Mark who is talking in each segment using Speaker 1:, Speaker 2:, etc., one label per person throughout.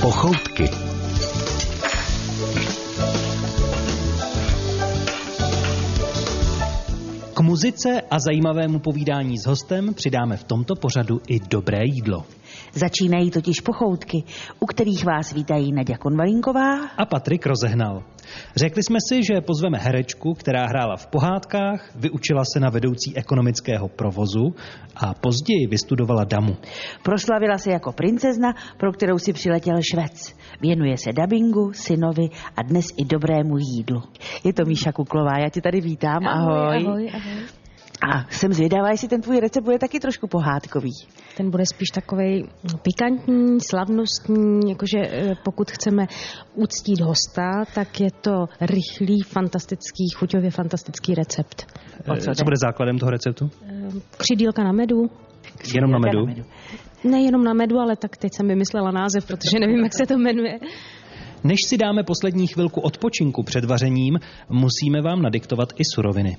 Speaker 1: Pochoutky.
Speaker 2: K muzice a zajímavému povídání s hostem přidáme v tomto pořadu i dobré jídlo.
Speaker 3: Začínají totiž pochoutky, u kterých vás vítají Nadia Konvalinková.
Speaker 2: A Patrik rozehnal. Řekli jsme si, že pozveme herečku, která hrála v pohádkách, vyučila se na vedoucí ekonomického provozu a později vystudovala damu.
Speaker 3: Proslavila se jako princezna, pro kterou si přiletěl Švec. Věnuje se dabingu, synovi a dnes i dobrému jídlu. Je to Míša Kuklová, já tě tady vítám, ahoj.
Speaker 4: ahoj, ahoj.
Speaker 3: A jsem zvědavá, jestli ten tvůj recept bude taky trošku pohádkový.
Speaker 4: Ten bude spíš takový pikantní, slavnostní, jakože eh, pokud chceme uctít hosta, tak je to rychlý, fantastický, chuťově fantastický recept.
Speaker 3: O co
Speaker 2: Eh,
Speaker 3: jde?
Speaker 2: Co bude základem toho receptu?
Speaker 4: Ehm, Křidílka na medu,
Speaker 2: Jenom na
Speaker 3: Křídla
Speaker 2: medu.
Speaker 4: nejenom na medu, ale tak teď jsem vymyslela název, protože nevím, jak se to jmenuje.
Speaker 2: Než si dáme poslední chvilku odpočinku před vařením, musíme vám nadiktovat i suroviny.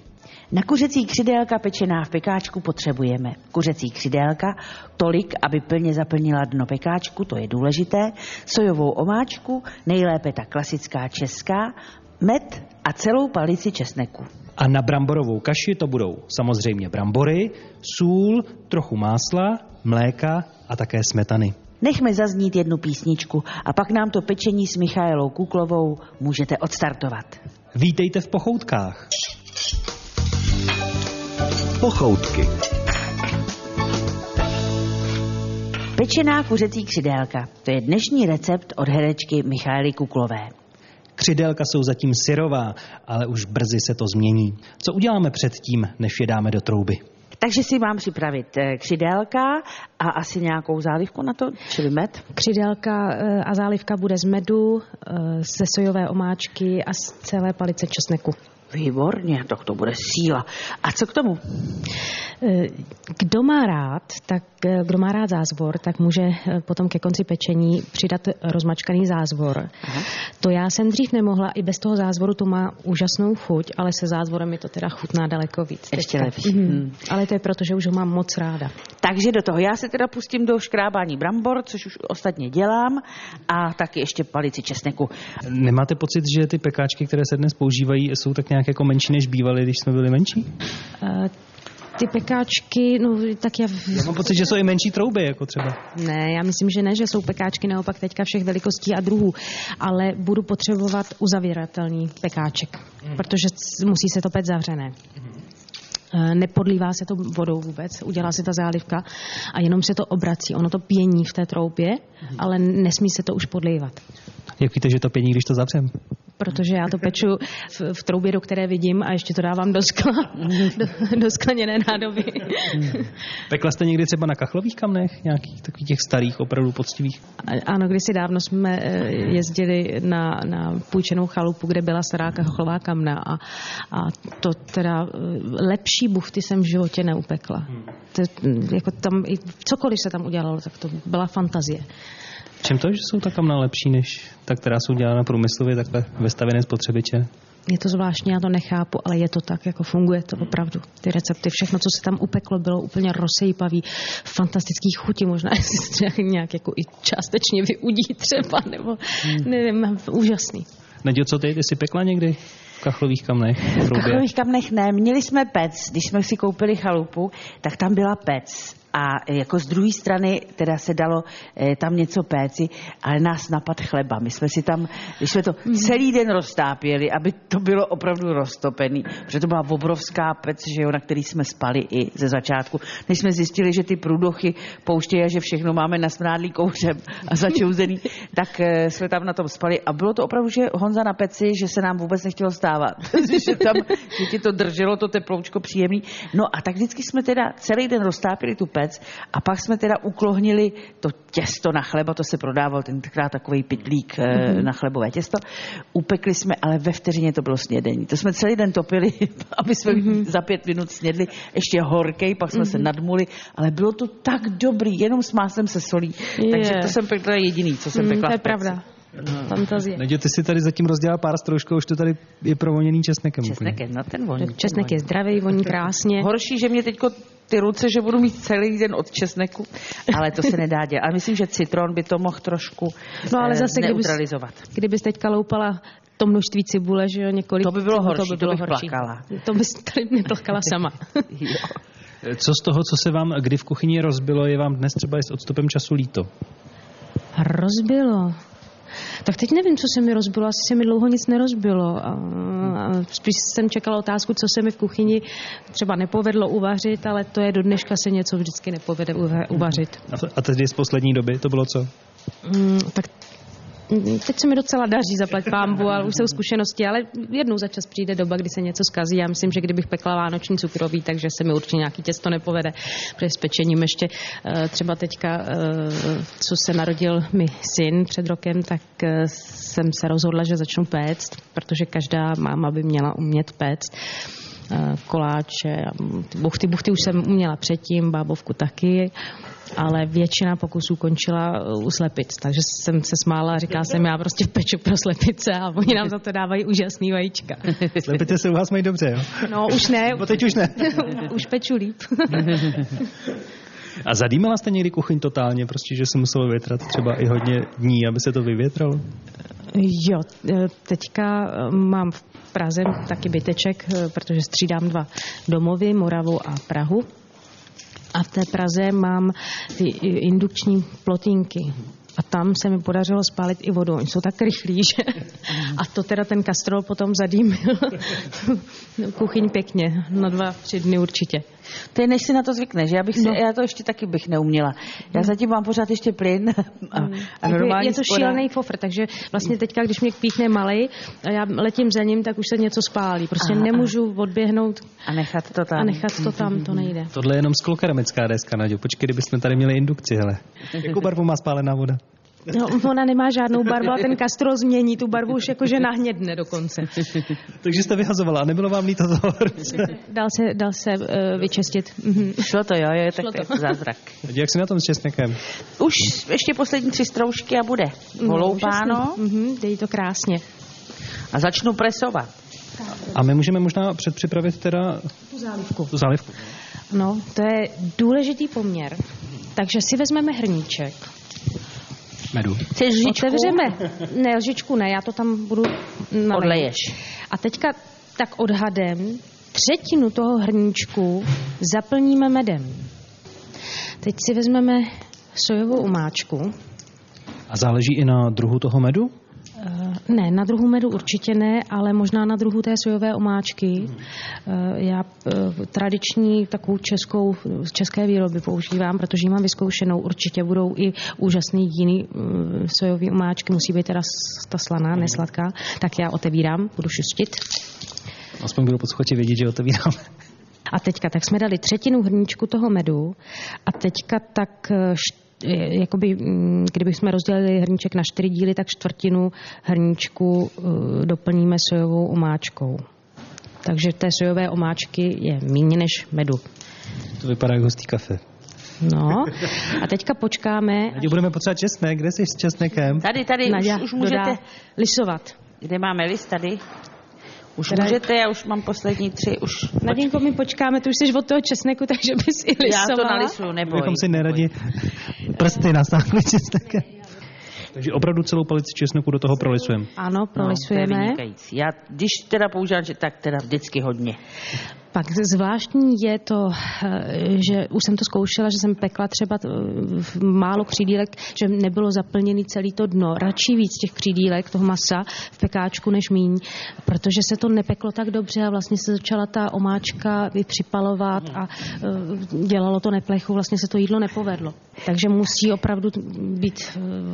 Speaker 3: Na kuřecí křidélka pečená v pekáčku potřebujeme. Kuřecí křidélka, tolik, aby plně zaplnila dno pekáčku, to je důležité, sojovou omáčku, nejlépe ta klasická česká, med a celou palici česneku.
Speaker 2: A na bramborovou kaši to budou samozřejmě brambory, sůl, trochu másla, mléka a také smetany.
Speaker 3: Nechme zaznít jednu písničku a pak nám to pečení s Michaelou Kuklovou můžete odstartovat.
Speaker 2: Vítejte v pochoutkách.
Speaker 1: Pochoutky.
Speaker 3: Pečená kuřecí křidélka, to je dnešní recept od herečky Michaely Kuklové.
Speaker 2: Křidélka jsou zatím syrová, ale už brzy se to změní. Co uděláme předtím, než je dáme do trouby?
Speaker 3: Takže si mám připravit eh, křidélka a asi nějakou zálivku na to, čili med.
Speaker 4: Křidélka eh, a zálivka bude z medu, eh, ze sojové omáčky a z celé palice česneku.
Speaker 3: Výborně, tak to bude síla. A co k tomu?
Speaker 4: Eh, Kdo má rád, tak eh, kdo má rád zázvor, tak může eh, potom ke konci pečení přidat rozmačkaný zázvor.
Speaker 3: Aha.
Speaker 4: To já jsem dřív nemohla, i bez toho zázvoru to má úžasnou chuť, ale se zázvorem mi to teda chutná daleko víc.
Speaker 3: Ještě lepší.
Speaker 4: Mm.
Speaker 3: Mm.
Speaker 4: Ale to je proto, že už ho mám moc ráda.
Speaker 3: Takže do toho. Já se teda pustím do škrábání brambor, což už ostatně dělám, a taky ještě palici česneku.
Speaker 2: Nemáte pocit, že ty pekáčky, které se dnes používají, jsou tak nějak jako menší, než bývaly, když jsme byli menší?
Speaker 4: Eh, Ty pekáčky, no tak já... v-
Speaker 2: Já mám pocit, že jsou i menší trouby, jako třeba.
Speaker 4: Ne, já myslím, že ne, že jsou pekáčky naopak teďka všech velikostí a druhů, ale budu potřebovat uzavíratelný pekáček, protože c- musí se to pect zavřené. Eh, Nepodlívá se to vodou vůbec, udělá se ta zálivka a jenom se to obrací. Ono to pění v té troubě, ale nesmí se to už podlívat.
Speaker 2: Jak víte, že to pění, když to zavřem?
Speaker 4: Protože já to peču v, v troubě, do které vidím a ještě to dávám do skla, do, do skleněné nádoby.
Speaker 2: Pekla jste někdy třeba na kachlových kamnech, nějakých takových těch starých, opravdu poctivých?
Speaker 4: A- Ano, kdysi dávno jsme eh, jezdili na, na půjčenou chalupu, kde byla stará kachlová kamna a, a to teda eh, lepší bufty jsem v životě neupekla. To, mm, jako tam, i cokoliv se tam udělalo, tak to byla fantazie.
Speaker 2: V čem to, že jsou ta kamna lepší než ta, která jsou dělána průmyslově, takhle ve stavěné spotřebiče?
Speaker 4: Je to zvláštní, já to nechápu, ale je to tak, jako funguje to opravdu. Ty recepty, všechno, co se tam upeklo, bylo úplně rozsejpavý, fantastický chuti, možná jestli se třeba nějak jako i částečně vyudí třeba, nebo ne, ne, úžasný.
Speaker 2: Nadějo, co ty, ty jsi pekla někdy v kachlových kamnech? V
Speaker 3: V
Speaker 2: troubě?
Speaker 3: kachlových kamnech ne. Měli jsme pec, když jsme si koupili chalupu, tak tam byla pec. A jako z druhé strany teda se dalo eh, tam něco péci, ale nás napad chleba. My jsme si tam, když jsme to celý den roztápěli, aby to bylo opravdu roztopený, protože to byla obrovská pec, že jo, na který jsme spali i ze začátku. Než jsme zjistili, že ty průdochy pouštějí a že všechno máme nasmrádlý kouřem a začouzený, tak eh, jsme tam na tom spali. A bylo to opravdu, že Honza na peci, že se nám vůbec nechtělo stávat. že, tam, že ti to drželo, to teploučko příjemný. No a tak vždycky jsme teda celý den roztápili tu pec a pak jsme teda uklohnili to těsto na chleba, to se prodával tenkrát takový pitlík eh,
Speaker 4: Mhm.
Speaker 3: na chlebové těsto. Upekli jsme, ale ve vteřině to bylo snědení. To jsme celý den topili, aby jsme
Speaker 4: Mhm.
Speaker 3: za pět minut snědli, ještě horkej, pak jsme se nadmuli, ale bylo to tak dobrý, jenom s máslem se solí. Takže
Speaker 4: Je.
Speaker 3: to jsem pekla jediný, co jsem
Speaker 4: Mm,
Speaker 3: pekla.
Speaker 4: to je
Speaker 3: v No, peci.
Speaker 4: pravda. Fantazie.
Speaker 2: Nadějo, ty si tady zatím rozdělá pár stroužků, už to tady je provoněný česnekem. úplně.
Speaker 3: Česnek je, no ten voní.
Speaker 4: Česnek je zdravý, voní krásně.
Speaker 3: Horší, že mě teďko ty ruce, že budu mít celý den od česneku, ale to se nedá dělat. A myslím, že citron by to mohl trošku eh,
Speaker 4: No ale zase, kdybys,
Speaker 3: neutralizovat.
Speaker 4: kdybys teďka loupala to množství cibule, že jo, několik
Speaker 3: To by bylo
Speaker 4: cibul,
Speaker 3: horší, to bych plakala.
Speaker 4: To bys tady neplakala sama.
Speaker 2: Co z toho, co se vám kdy v kuchyni rozbilo, je vám dnes třeba i s odstupem času líto?
Speaker 4: Rozbilo. Tak teď nevím, co se mi rozbilo, asi se mi dlouho nic nerozbilo. A-
Speaker 3: Hm.
Speaker 4: a Spíš jsem čekala otázku, co se mi v kuchyni třeba nepovedlo uvařit, ale to je do dneška se něco vždycky nepovede uva- uvařit.
Speaker 2: A to- A tedy z poslední doby to bylo co?
Speaker 4: Mm, tak mm, teď se mi docela daří zaplať pámbu, ale už jsou zkušenosti, ale jednou za čas přijde doba, kdy se něco skazí. Já myslím, že kdybych pekla vánoční cukroví, takže se mi určitě nějaký těsto nepovede, protože s pečením ještě eh, třeba teďka, eh, co se narodil mi syn před rokem, tak eh, jsem se rozhodla, že začnu péct, protože každá máma by měla umět péct eh, koláče, a ty buchty. Buchty už jsem uměla předtím, bábovku taky, ale většina pokusů končila eh, u slepic, takže jsem se smála a říkala jsem, já prostě peču pro slepice a oni nám za to dávají úžasný vajíčka.
Speaker 2: Slepice se u vás mají dobře, jo?
Speaker 4: No už ne,
Speaker 2: No teď už ne.
Speaker 4: už peču líp.
Speaker 2: A zadýmala jste někdy kuchyň totálně, prostě, že se muselo větrat třeba i hodně dní, aby se to vyvětralo?
Speaker 4: Jo, eh, teďka eh, mám v Praze taky byteček, eh, protože střídám dva domovy, Moravu a Prahu. A v té Praze mám ty i- indukční plotinky. A tam se mi podařilo spálit i vodu. Oni jsou tak rychlí, že... A to teda ten kastrol potom zadýmil kuchyň pěkně. Na dva, tři dny určitě.
Speaker 3: To je, než si na to zvykneš. Já, bych si,
Speaker 4: No.
Speaker 3: já to ještě taky bych neuměla. Já zatím mám pořád ještě plyn a, a
Speaker 4: Jako je-
Speaker 3: normální
Speaker 4: je to
Speaker 3: spoda.
Speaker 4: šílený fofr, takže vlastně teďka, když mě píchne malej a já letím za ním, tak už se něco spálí. Prostě
Speaker 3: Aha, aha.
Speaker 4: nemůžu odběhnout
Speaker 3: A nechat to tam.
Speaker 4: a nechat to tam, to nejde.
Speaker 2: Tohle je jenom sklokeramická deska, Naďo. Počkej, kdybychom tady měli indukci, hele. Jakou barvu má spálená voda?
Speaker 4: No, ona nemá žádnou barvu a ten kastrol změní tu barvu už jakože nahnědne dokonce.
Speaker 2: Takže jste vyhazovala a nebylo vám líto toho ruce.
Speaker 4: Dal se, dal se uh, vyčistit. Mhm.
Speaker 3: Šlo to, jo, jo tak
Speaker 4: Šlo
Speaker 3: to je
Speaker 4: to.
Speaker 3: zázrak.
Speaker 2: Naďo, Jak si na tom s česnekem?
Speaker 3: Už ještě poslední tři stroužky a bude
Speaker 4: No,
Speaker 3: holoupáno
Speaker 4: úžasný. Mhm, Dej to krásně.
Speaker 3: a začnu presovat.
Speaker 2: A my můžeme možná předpřipravit teda
Speaker 4: Tu zálivku.
Speaker 2: tu zálivku.
Speaker 4: No, to je důležitý poměr. Takže si vezmeme hrníček.
Speaker 2: Medu.
Speaker 3: Chceš lžičku?
Speaker 4: Otevřeme. Ne, lžičku ne, já to tam budu nalévat.
Speaker 3: Odleješ.
Speaker 4: A teďka tak odhadem třetinu toho hrníčku zaplníme medem. Teď si vezmeme sojovou umáčku.
Speaker 2: A záleží i na druhu toho medu?
Speaker 4: Eh, Ne, na druhu medu určitě ne, ale možná na druhu té sojové omáčky. Eh, Já eh, tradiční takovou českou, z české výroby používám, protože ji mám vyzkoušenou. Určitě budou i úžasný jiný eh, sojový omáčky, musí být teda s- ta slaná, nesladká. Tak já otevírám, budu šustit.
Speaker 2: Aspoň budu posluchači vědět, že otevíráme.
Speaker 4: A teďka, tak jsme dali třetinu hrníčku toho medu a teďka tak, eh, št- eh, jakoby, mm, kdyby jsme rozdělili hrníček na čtyři díly, tak čtvrtinu hrníčku eh, doplníme sojovou omáčkou. Takže té sojové omáčky je méně než medu.
Speaker 2: To vypadá jako hustý kafe.
Speaker 4: No a teďka počkáme,
Speaker 2: Naďo, budeme potřebovat česnek. Kde jsi s česnekem?
Speaker 3: Tady, tady,
Speaker 4: Nadia
Speaker 3: už, už
Speaker 4: dodá
Speaker 3: můžete.
Speaker 4: lisovat.
Speaker 3: Kde máme list? Tady. Už
Speaker 4: Teda-
Speaker 3: můžete, já už mám poslední tři. Už.
Speaker 4: Naděnko, my počkáme, ty už jsi od toho česneku, takže bys i
Speaker 3: Já to
Speaker 4: lisovala.
Speaker 3: nalisuju, neboj. No,
Speaker 2: Abychom si neradi prsty nasáhli česnekem. Takže opravdu celou palici česneku do toho prolisujeme.
Speaker 4: Ano,
Speaker 3: No, to je
Speaker 4: prolisujeme.
Speaker 3: vynikající. Já, když teda používám, že tak teda vždycky hodně.
Speaker 4: Pak zvláštní je to, eh, že už jsem to zkoušela, že jsem pekla třeba eh, v málo křídílek, že nebylo zaplněný celý to dno. Radši víc těch křídílek, toho masa v pekáčku než míň, protože se to nepeklo tak dobře a vlastně se začala ta omáčka vypřipalovat a eh, dělalo to neplechu, vlastně se to jídlo nepovedlo. Takže musí opravdu t- být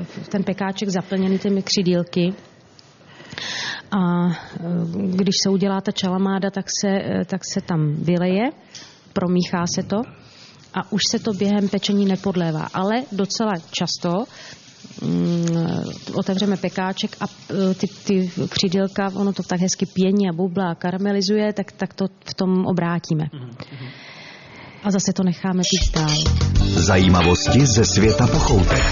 Speaker 4: eh, ten pekáček zaplněný těmi křídílky. A eh, když se udělá ta čalamáda, tak se, eh, tak se tam vyleje, promíchá se to a už se to během pečení nepodlévá. Ale docela často mm, otevřeme pekáček a eh, ty, ty křídelka, ono to tak hezky pění a bublá a karamelizuje, tak, tak to v tom obrátíme. A zase to necháme pít dál.
Speaker 1: Zajímavosti ze světa pochoutek.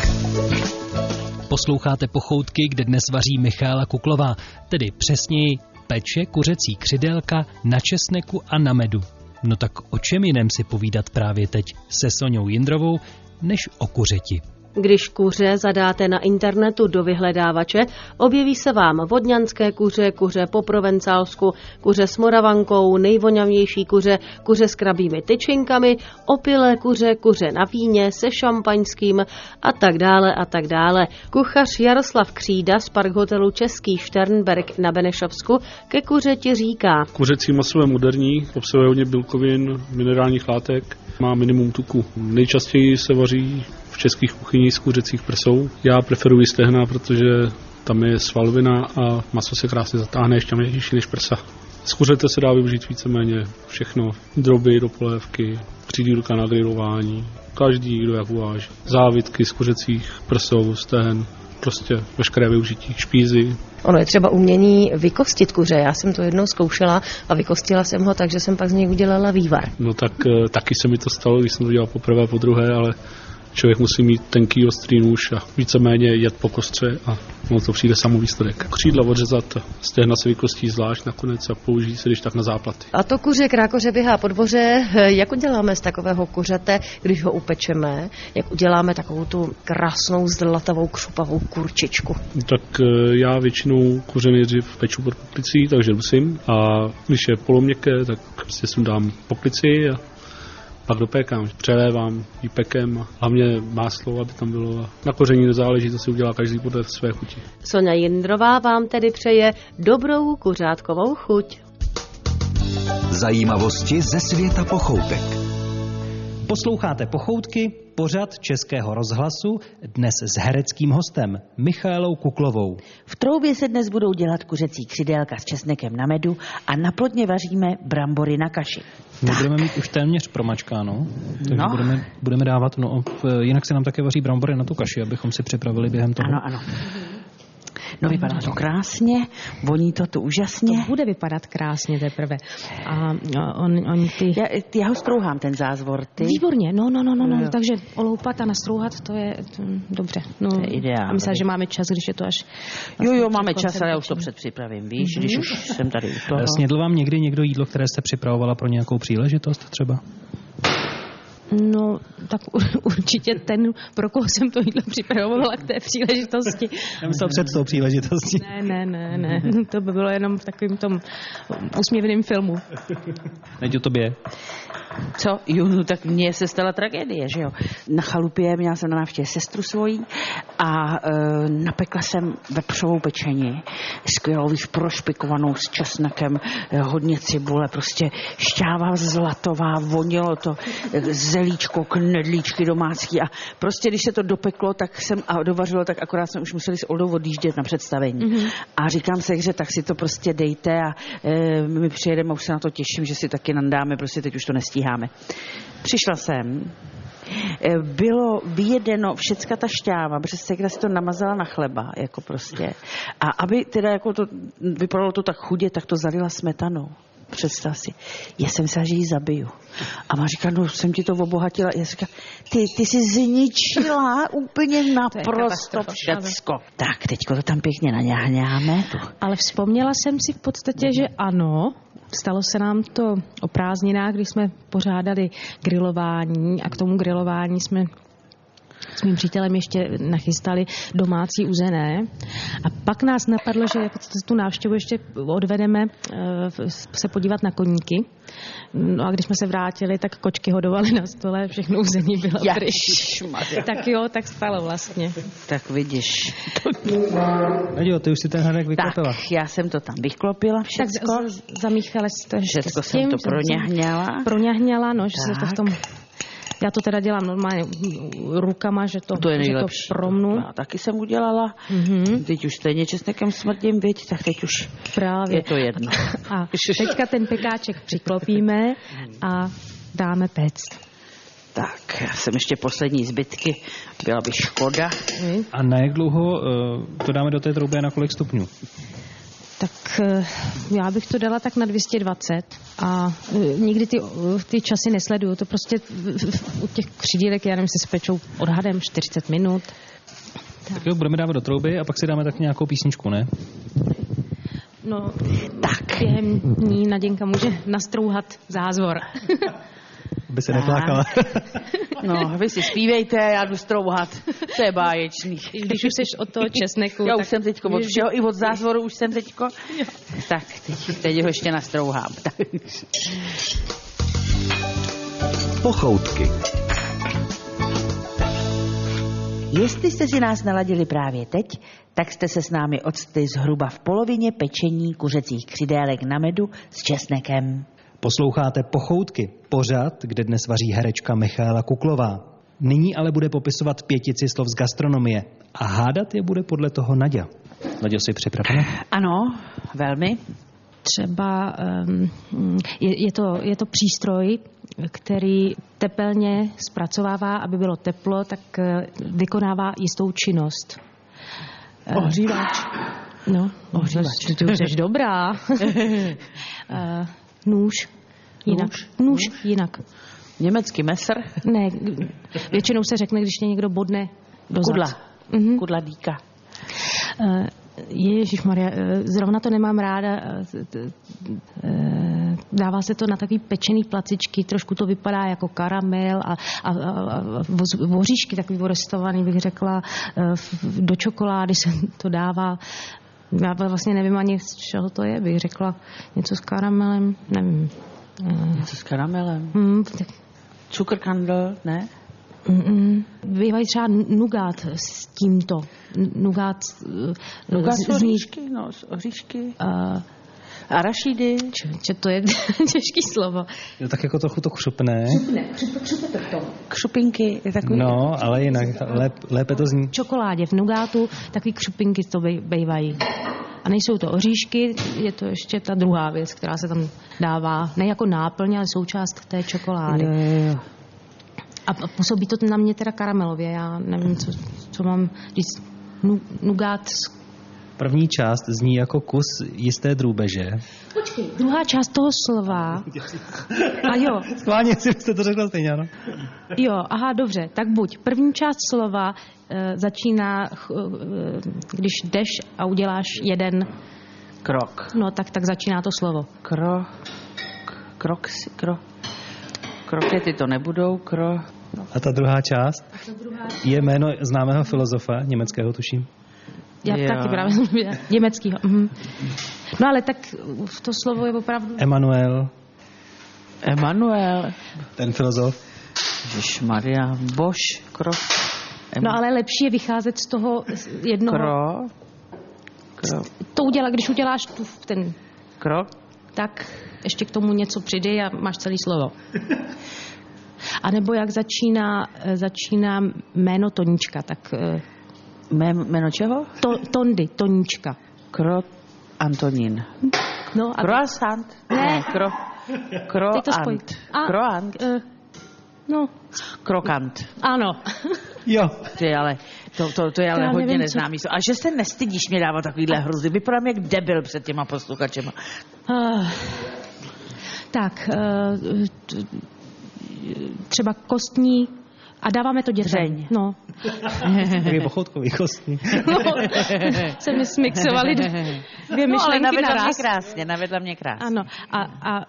Speaker 2: Posloucháte pochoutky, kde dnes vaří Michála Kuklová, tedy přesněji peče kuřecí křidelka na česneku a na medu. No tak o čem jiném si povídat právě teď se Soňou Jindrovou, než o kuřeti.
Speaker 5: Když kuře zadáte na internetu do vyhledávače, objeví se vám vodňanské kuře, kuře po provencálsku, kuře s moravankou, nejvoňavější kuře, kuře s krabými tyčinkami, opilé kuře, kuře na víně, se šampaňským a tak dále a tak dále. Kuchař Jaroslav Křída z parkhotelu Český Šternberg na Benešovsku ke kuřeti říká.
Speaker 6: Kuřecí maso je moderní, obsahuje hodně bílkovin, minerálních látek, má minimum tuku. Nejčastěji se vaří v českých kuchyních z kuřecích prsou. Já preferuji stehna, protože tam je svalovina a maso se krásně zatáhne, ještě měkčí než prsa. Z kuřete se dá využít víceméně všechno. Droby do polévky, křídílka na grilování, každý, kdo jak uváží. Závitky z kuřecích prsou, stehen, prostě veškeré využití, špízy,
Speaker 7: Ono je třeba umění vykostit kuře. Já jsem to jednou zkoušela a vykostila jsem ho, takže jsem pak z něj udělala vývar.
Speaker 6: No tak eh, taky se mi to stalo, když jsem to dělal poprvé, po druhé, ale člověk musí mít tenký ostrý nůž a víceméně jet po kostře a no to přijde samou výsledek. Křídla odřezat, stehna se vykostí zvlášť nakonec a použijí se když tak na záplaty.
Speaker 7: A to kuře krákoře běhá po dvoře. Jak uděláme z takového kuřete, když ho upečeme? Jak uděláme takovou tu krásnou zlatavou křupavou kurčičku?
Speaker 6: Tak eh, já většinou kuře nejdřív peču pod poklicí, takže dusím a když je poloměkké, tak prostě sundám poklici a pak dopékám, přelévám výpekem a hlavně máslo, aby tam bylo. A na koření nezáleží, to si udělá každý podle své chuti.
Speaker 5: Sonja Jindrová vám tedy přeje dobrou kuřátkovou chuť.
Speaker 1: Zajímavosti ze světa pochoutek.
Speaker 2: Posloucháte Pochoutky, pořad Českého rozhlasu, dnes s hereckým hostem Michaelou Kuklovou.
Speaker 3: V troubě se dnes budou dělat kuřecí křidélka s česnekem na medu a na plotně vaříme brambory na kaši.
Speaker 2: My budeme mít už téměř promačkáno, takže
Speaker 3: No.
Speaker 2: budeme, budeme dávat, no eh, jinak se nám také vaří brambory na tu kaši, abychom si připravili během toho.
Speaker 3: Ano, ano. No vypadá to krásně, voní to tu
Speaker 4: To
Speaker 3: úžasně.
Speaker 4: bude vypadat krásně teprve. A no, on, on ty...
Speaker 3: Já, já ho strouhám, ten zázvor, ty.
Speaker 4: Výborně, no, no, no, no,
Speaker 3: No
Speaker 4: no,
Speaker 3: jo.
Speaker 4: takže oloupat a nastrouhat, to je mm, dobře. No,
Speaker 3: To je ideální.
Speaker 4: A myslím, že máme čas, když je to až...
Speaker 3: Jo,
Speaker 4: vlastně
Speaker 3: jo,
Speaker 4: před
Speaker 3: máme čas,
Speaker 4: koncem
Speaker 3: ale já už to
Speaker 4: večer.
Speaker 3: předpřipravím, Mhm. víš, když už jsem tady u toho.
Speaker 2: Eh, Snědl vám někdy někdo jídlo, které jste připravovala pro nějakou příležitost třeba?
Speaker 4: No, tak ur- určitě ten, pro koho jsem to jídlo připravovala k té příležitosti.
Speaker 2: Já myslel před tou příležitostí.
Speaker 4: Ne, ne, ne, ne, to by bylo jenom v takovém tom úsměvném filmu.
Speaker 2: Neď o tobě.
Speaker 3: Co? Jo, no tak mně se stala tragédie, že jo. Na chalupě měla jsem na návštěvě sestru svojí a e, napekla jsem vepřovou pečení, skvělou, víš, prošpikovanou s česnekem, e, hodně cibule, prostě šťáva zlatová, vonilo to e, zelíčko, knedlíčky domácí a prostě, když se to dopeklo, tak jsem a dovařilo, tak akorát jsme už museli s Oldou odjíždět na představení. Mm-hmm. A říkám se, že tak si to prostě dejte a e, my přijedeme, už se na to těším, že si taky nandáme, prostě teď už to nestíháme. Přišla jsem, e, bylo vyjedeno všecka ta šťáva, protože se si to namazala na chleba, jako prostě. A aby teda jako to, vypadalo to tak chudě, tak to zalila smetanou. Představ si. Já jsem se, že ji zabiju. A má říká, no jsem ti to obohatila. Já říkám, ty, ty jsi zničila úplně naprosto
Speaker 4: katastrofa.
Speaker 3: všecko. Tak, teďko to tam pěkně naňáhňáme. Tu.
Speaker 4: Ale vzpomněla jsem si v podstatě, že ano, stalo se nám to o prázdninách, když jsme pořádali grilování a k tomu grilování jsme s mým přítelem ještě nachystali domácí uzené. A pak nás napadlo, že jako tu návštěvu ještě odvedeme eh, v- se podívat na koníky. No a když jsme se vrátili, tak kočky hodovaly na stole, všechno uzení bylo pryč. Tak jo, tak stalo vlastně.
Speaker 3: Tak vidíš.
Speaker 2: Neď ty už si ten hrnek vykopila.
Speaker 3: Tak, já jsem to tam vyklopila všecko.
Speaker 4: Tak z- z- zamíchala jsi to ještě
Speaker 3: Všecko
Speaker 4: s
Speaker 3: jsem
Speaker 4: tím,
Speaker 3: to
Speaker 4: že-
Speaker 3: proňahňala.
Speaker 4: Proňahňala, no, že se to v
Speaker 3: Tak.
Speaker 4: tom... Já to teda dělám normálně rukama, že to,
Speaker 3: To je
Speaker 4: že to
Speaker 3: nejlepší.
Speaker 4: promnu.
Speaker 3: Já taky jsem udělala.
Speaker 4: Mhm.
Speaker 3: Teď už stejně česnekem smrdím, věď, tak teď už
Speaker 4: Právě.
Speaker 3: je to jedno.
Speaker 4: A teďka ten pekáček přiklopíme a dáme péct.
Speaker 3: Tak, já jsem ještě poslední zbytky, byla by škoda.
Speaker 4: Hm?
Speaker 2: A na jak dlouho eh, to dáme do té trouby a na kolik stupňů?
Speaker 4: Tak eh, já bych to dala tak na 220 a eh, nikdy ty, eh, ty časy nesleduju. To prostě v- v- u těch křidílek, já nevím, se spečou odhadem 40 minut.
Speaker 2: Tak jo, budeme dávat do trouby a pak si dáme tak nějakou písničku, ne?
Speaker 4: No,
Speaker 3: Tak.
Speaker 4: během ní Naděnka může nastrouhat zázvor.
Speaker 2: Aby se neplákala.
Speaker 3: No, vy si zpívejte, já jdu strouhat. To je báječný.
Speaker 4: Když už jsi od toho česneku,
Speaker 3: Já
Speaker 4: tak
Speaker 3: už jsem teďko od všeho, i od zázvoru už jsem teďko. Tak, teď, teď ho ještě nastrouhám. Tak.
Speaker 1: Pochoutky.
Speaker 3: Jestli jste si nás naladili právě teď, tak jste se s námi odstli zhruba v polovině pečení kuřecích křidélek na medu s česnekem.
Speaker 2: Posloucháte Pochoutky, pořad, kde dnes vaří herečka Michaela Kuklová. Nyní ale bude popisovat pětici slov z gastronomie a hádat je bude podle toho Nadia. Nadia si připravena?
Speaker 3: Ano, velmi.
Speaker 4: třeba um, je, je, to, je to přístroj, který tepelně zpracovává, aby bylo teplo, tak eh, vykonává jistou činnost. Eh,
Speaker 3: Ohříváč.
Speaker 4: No,
Speaker 3: Ohřívač.
Speaker 4: Ty, ty už jsi dobrá. Eh, nůž. Jinak.
Speaker 3: Nůž?
Speaker 4: Nůž jinak.
Speaker 3: Německý mesr.
Speaker 4: Ne, g- většinou se řekne, když tě někdo bodne do zad.
Speaker 3: Kudla.
Speaker 4: Mhm.
Speaker 3: Kudla dýka.
Speaker 4: Eh, Ježíš Maria, eh, zrovna to nemám ráda. eh, t- eh, Dává se to na takový pečený placičky, trošku to vypadá jako karamel a, a, a, a voz- voříšky takový orestovaný, bych řekla, eh, v- v- do čokolády se to dává. Já vlastně nevím ani, z čeho to je, bych řekla. Něco s karamelem, nevím. Eh,
Speaker 3: Něco s karamelem.
Speaker 4: Hm, tak
Speaker 3: Cukrkandl, ne?
Speaker 4: Mm-mm. Bývají třeba nugát s tímto. N- Nugát, eh,
Speaker 3: Nuga
Speaker 4: z-
Speaker 3: z
Speaker 4: z ní-
Speaker 3: oříšky, no, z oříšky.
Speaker 4: eh,
Speaker 3: A rašídy.
Speaker 4: Če, to je těžký slovo.
Speaker 2: Jo, tak jako trochu to chřupne.
Speaker 3: Křupinky. Je takový
Speaker 2: No, ale jinak lép, lépe to zní.
Speaker 4: V čokoládě, v nugátu, takový křupinky to bej- bejvají. A nejsou to oříšky, je to ještě ta druhá věc, která se tam dává. Ne jako náplň, ale součást té čokolády.
Speaker 3: Jo, jo, jo.
Speaker 4: A p- působí to na mě teda karamelově. Já nevím, co, co mám říct. Nu, nugát s
Speaker 2: První část zní jako kus jisté drůbeže.
Speaker 4: Počkej, druhá část toho slova. A jo,
Speaker 2: Schválně si jste to řekla stejně, ano?
Speaker 4: Jo, aha, dobře, tak buď. První část slova e, začíná, ch, e, když jdeš a uděláš jeden,
Speaker 3: Krok.
Speaker 4: no tak, tak začíná to slovo.
Speaker 3: Kro. Krok si, kro. Krokety to nebudou, kro.
Speaker 2: A ta druhá část je jméno známého filozofa, německého tuším.
Speaker 4: Já
Speaker 3: Jo.
Speaker 4: jo. taky právě německýho. mhm. No ale tak v to slovo je opravdu...
Speaker 2: Emanuel,
Speaker 3: Emanuel.
Speaker 2: ten filozof.
Speaker 3: Maria, Bož, krok.
Speaker 4: No ale lepší je vycházet z toho jednoho.
Speaker 3: Kro. Kro.
Speaker 4: To udělá, když uděláš tu, ten,
Speaker 3: Krok.
Speaker 4: tak ještě k tomu něco přidej a máš celý slovo. A nebo jak začíná, e, začíná jméno Tonička, tak e,
Speaker 3: Mé jméno čeho?
Speaker 4: to, Tondy, Tonička.
Speaker 3: Kro Antonín.
Speaker 4: No a
Speaker 3: Croissant. Ne. Kro.
Speaker 4: teď to spoj.
Speaker 3: Kroant. Kroant.
Speaker 4: eh, no,
Speaker 3: Krokant.
Speaker 4: ano.
Speaker 2: Jo,
Speaker 3: Ty ale, to, to, to je ale
Speaker 4: já
Speaker 3: hodně
Speaker 4: nevím, co-
Speaker 3: neznámý. slov. A že se nestydíš mě dávat takovýhle hruzy. Vypadám jak debil před těma posluchačema.
Speaker 4: Ah. tak, eh, t- třeba kostní a dáváme to dětem.
Speaker 3: Dřeň.
Speaker 4: No,
Speaker 2: takový pochoutkový kostní.
Speaker 4: no se mi smixovaly dvě dvě myšlenky no,
Speaker 3: navedla mě
Speaker 4: naraz.
Speaker 3: krásně, navedla mě krásně.
Speaker 4: Ano, a, a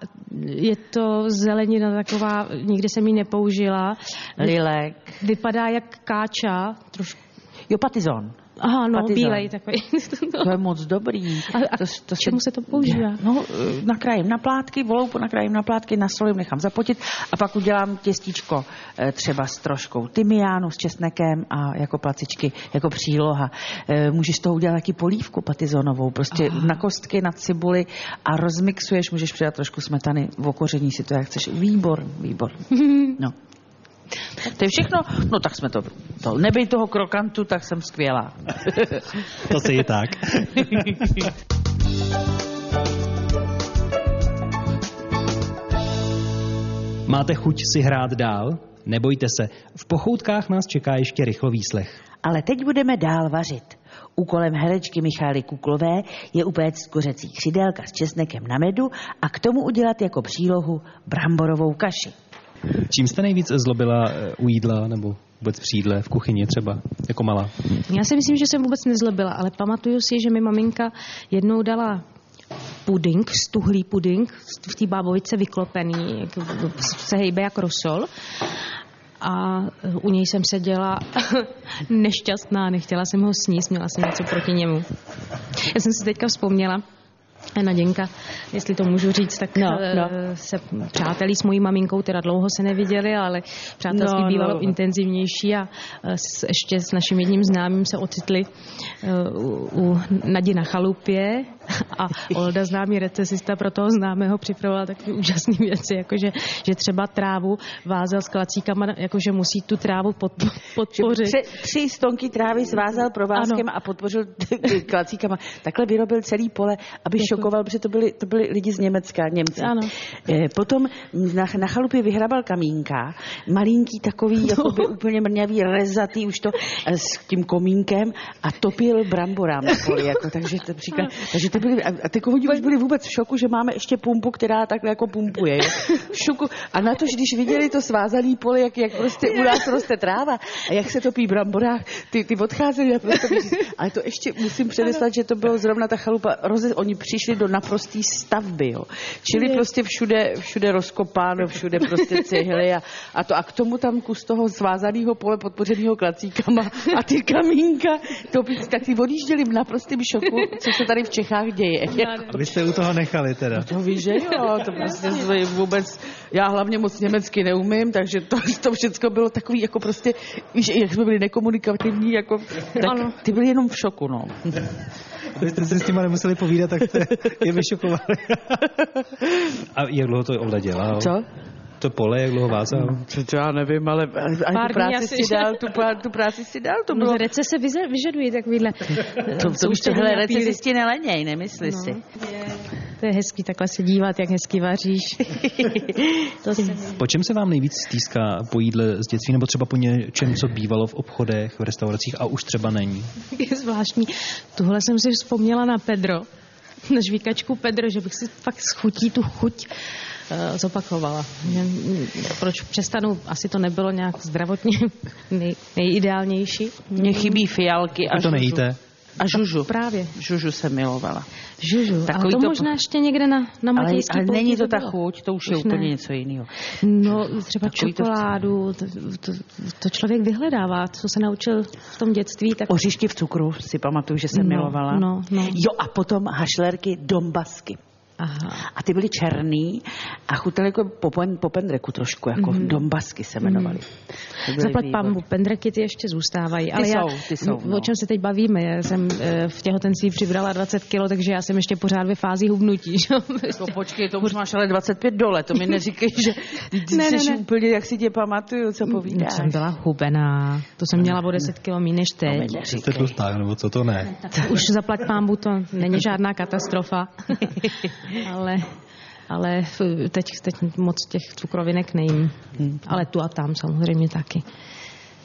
Speaker 4: je to zelenina taková, nikdy jsem ji nepoužila.
Speaker 3: Lilek.
Speaker 4: Vypadá jak káča, trošku.
Speaker 3: Jo, patizon.
Speaker 4: Aha, no,
Speaker 3: Patizán.
Speaker 4: bílej takový. No,
Speaker 3: To je moc dobrý.
Speaker 4: A, a to, to k čemu se to používá?
Speaker 3: No, eh, nakrájím na plátky, voloupu nakrájím na plátky, na soli nechám zapotit a pak udělám těstíčko eh, třeba s troškou tymiánu, s česnekem a jako placičky, jako příloha. Eh, Můžeš to udělat taky polívku patizonovou, prostě na kostky, na cibuli a rozmixuješ, můžeš přidat trošku smetany, v okoření si to, jak chceš. Výbor, výbor. No. To je všechno? No tak jsme to, to. Nebej toho krokantu, tak jsem skvělá.
Speaker 2: To se je tak. Máte chuť si hrát dál? Nebojte se, v pochoutkách nás čeká ještě rychlo výslech.
Speaker 3: Ale teď budeme dál vařit. Úkolem herečky Michály Kuklové je upéct kuřecí křidélka s česnekem na medu a k tomu udělat jako přílohu bramborovou kaši.
Speaker 2: Čím jste nejvíc zlobila eh, u jídla nebo vůbec při jídle, v kuchyni třeba, jako malá?
Speaker 4: Já si myslím, že jsem vůbec nezlobila, ale pamatuju si, že mi maminka jednou dala puding, stuhlý puding, v té bábovice vyklopený, jak se hejbe jak rosol. A u něj jsem seděla nešťastná, nechtěla jsem ho sníst, měla jsem něco proti němu. Já jsem si teďka vzpomněla, Naděnka, jestli to můžu říct, tak no, no. se přátelí s mojí maminkou, teda dlouho se neviděli, ale přátelství no, bývalo no. intenzivnější a eh, s, ještě s naším jedním známým se ocitli u, u Nadi na chalupě a Olda, známý recesista, pro toho známého připravoval takové úžasné věci, jakože že třeba trávu vázel s klacíkama, jakože musí tu trávu pod, podpořit.
Speaker 3: Tři, tři stonky trávy zvázal provázkem ano. a podpořil klacíkama. Takhle vyrobil celý pole, aby jako... šokoval, protože to byli, to byli lidi z Německa, Němci.
Speaker 4: Ano.
Speaker 3: E, potom na, na chalupě vyhrabal kamínka, malinký takový, no. jakoby úplně mrňavý, rezatý už to eh, s tím komínkem a topil bramborám na poli, jako, takže to příklad, takže to byli, a ty kohudi už byli vůbec v šoku, že máme ještě pumpu, která takhle jako pumpuje. Je. V šoku. A na to, když viděli to svázaný pole, jak, jak prostě u nás roste tráva a jak se topí bramborách, ty, ty odcházeli naprosto. Ale to ještě musím předeslat, že to bylo zrovna ta chalupa, roze, oni přišli do naprosté stavby, jo. Čili prostě všude, všude rozkopáno, všude prostě cihly a, a, to. A k tomu tam kus toho svázaného pole podpořeného klacíkama a ty kamínka, to, tak ty odjížděli v naprostém šoku, co se tady v Čechách Čechách děje.
Speaker 2: Vy jste u toho nechali teda.
Speaker 3: To No víš, že jo, to prostě zli vůbec, já hlavně moc německy neumím, takže to, to všechno bylo takový jako prostě, víš, jak jsme byli nekomunikativní, jako, tak ano. ty byli jenom v šoku, no.
Speaker 2: Vy jste si s těma nemuseli povídat, tak jste je vyšokovali. A jak dlouho to Olda dělal?
Speaker 3: Co?
Speaker 2: To pole, jak dlouho vázal?
Speaker 3: To, to já nevím, ale, ale Pár tu práci si že... dál, tu, tu práci si dál. To bylo...
Speaker 4: No, recese vyžadují takovýhle.
Speaker 3: to, to už tyhle recesisti neleněj, nemyslí no. si.
Speaker 4: To je hezký takhle se dívat, jak hezky vaříš.
Speaker 2: to se... Po čem se vám nejvíc stýská po jídle z dětství, nebo třeba po něčem, co bývalo v obchodech, v restauracích a už třeba není?
Speaker 4: je zvláštní. Tuhle jsem si vzpomněla na Pedro, na žvíkačku Pedro, že bych si fakt schutí tu chuť eh, zopakovala. Proč přestanu, asi to nebylo nějak zdravotně nej, nejideálnější.
Speaker 3: Mně chybí fialky a
Speaker 2: to nejíte?
Speaker 3: A žužu.
Speaker 4: Právě.
Speaker 3: Žužu se milovala.
Speaker 4: Žužu, Takový ale to, to možná ještě někde na, na
Speaker 3: Ale, ale není to, to ta chuť, to už, už je ne. úplně něco jiného.
Speaker 4: No, třeba Takový čokoládu, to, to, to člověk vyhledává, co se naučil v tom dětství. Tak...
Speaker 3: Oříšky v cukru si pamatuju, že jsem
Speaker 4: no,
Speaker 3: milovala.
Speaker 4: No, no.
Speaker 3: Jo, a potom hašlerky dombasky. Aha. A ty byly černý a chutnaly jako po, pen, po pendreku trošku, jako mm-hmm. dombasky se jmenovaly.
Speaker 4: Mm-hmm. Mhm. Zaplať pambu, pendreky ty ještě zůstávají.
Speaker 3: Ty
Speaker 4: ale
Speaker 3: jsou,
Speaker 4: já,
Speaker 3: ty jsou, no.
Speaker 4: O čem se teď bavíme? Já jsem e, v těhotenství přibrala 20 kilo, takže já jsem ještě pořád ve fázi hubnutí. Že? Prostě
Speaker 3: To, počkej, to už máš ale 25 dole, to mi neříkej, že ty ne, jsi ne, ne. úplně, jak si tě pamatuju, co povídáš.
Speaker 4: No, jsem byla hubená, to jsem měla o 10 kilo méně než teď.
Speaker 2: No, jste tlustá, nebo co to ne?
Speaker 4: Tak, už zaplať pambu, to není žádná katastrofa. ale, ale teď, teď moc těch cukrovinek nejím. Hmm. Ale tu a tam samozřejmě taky.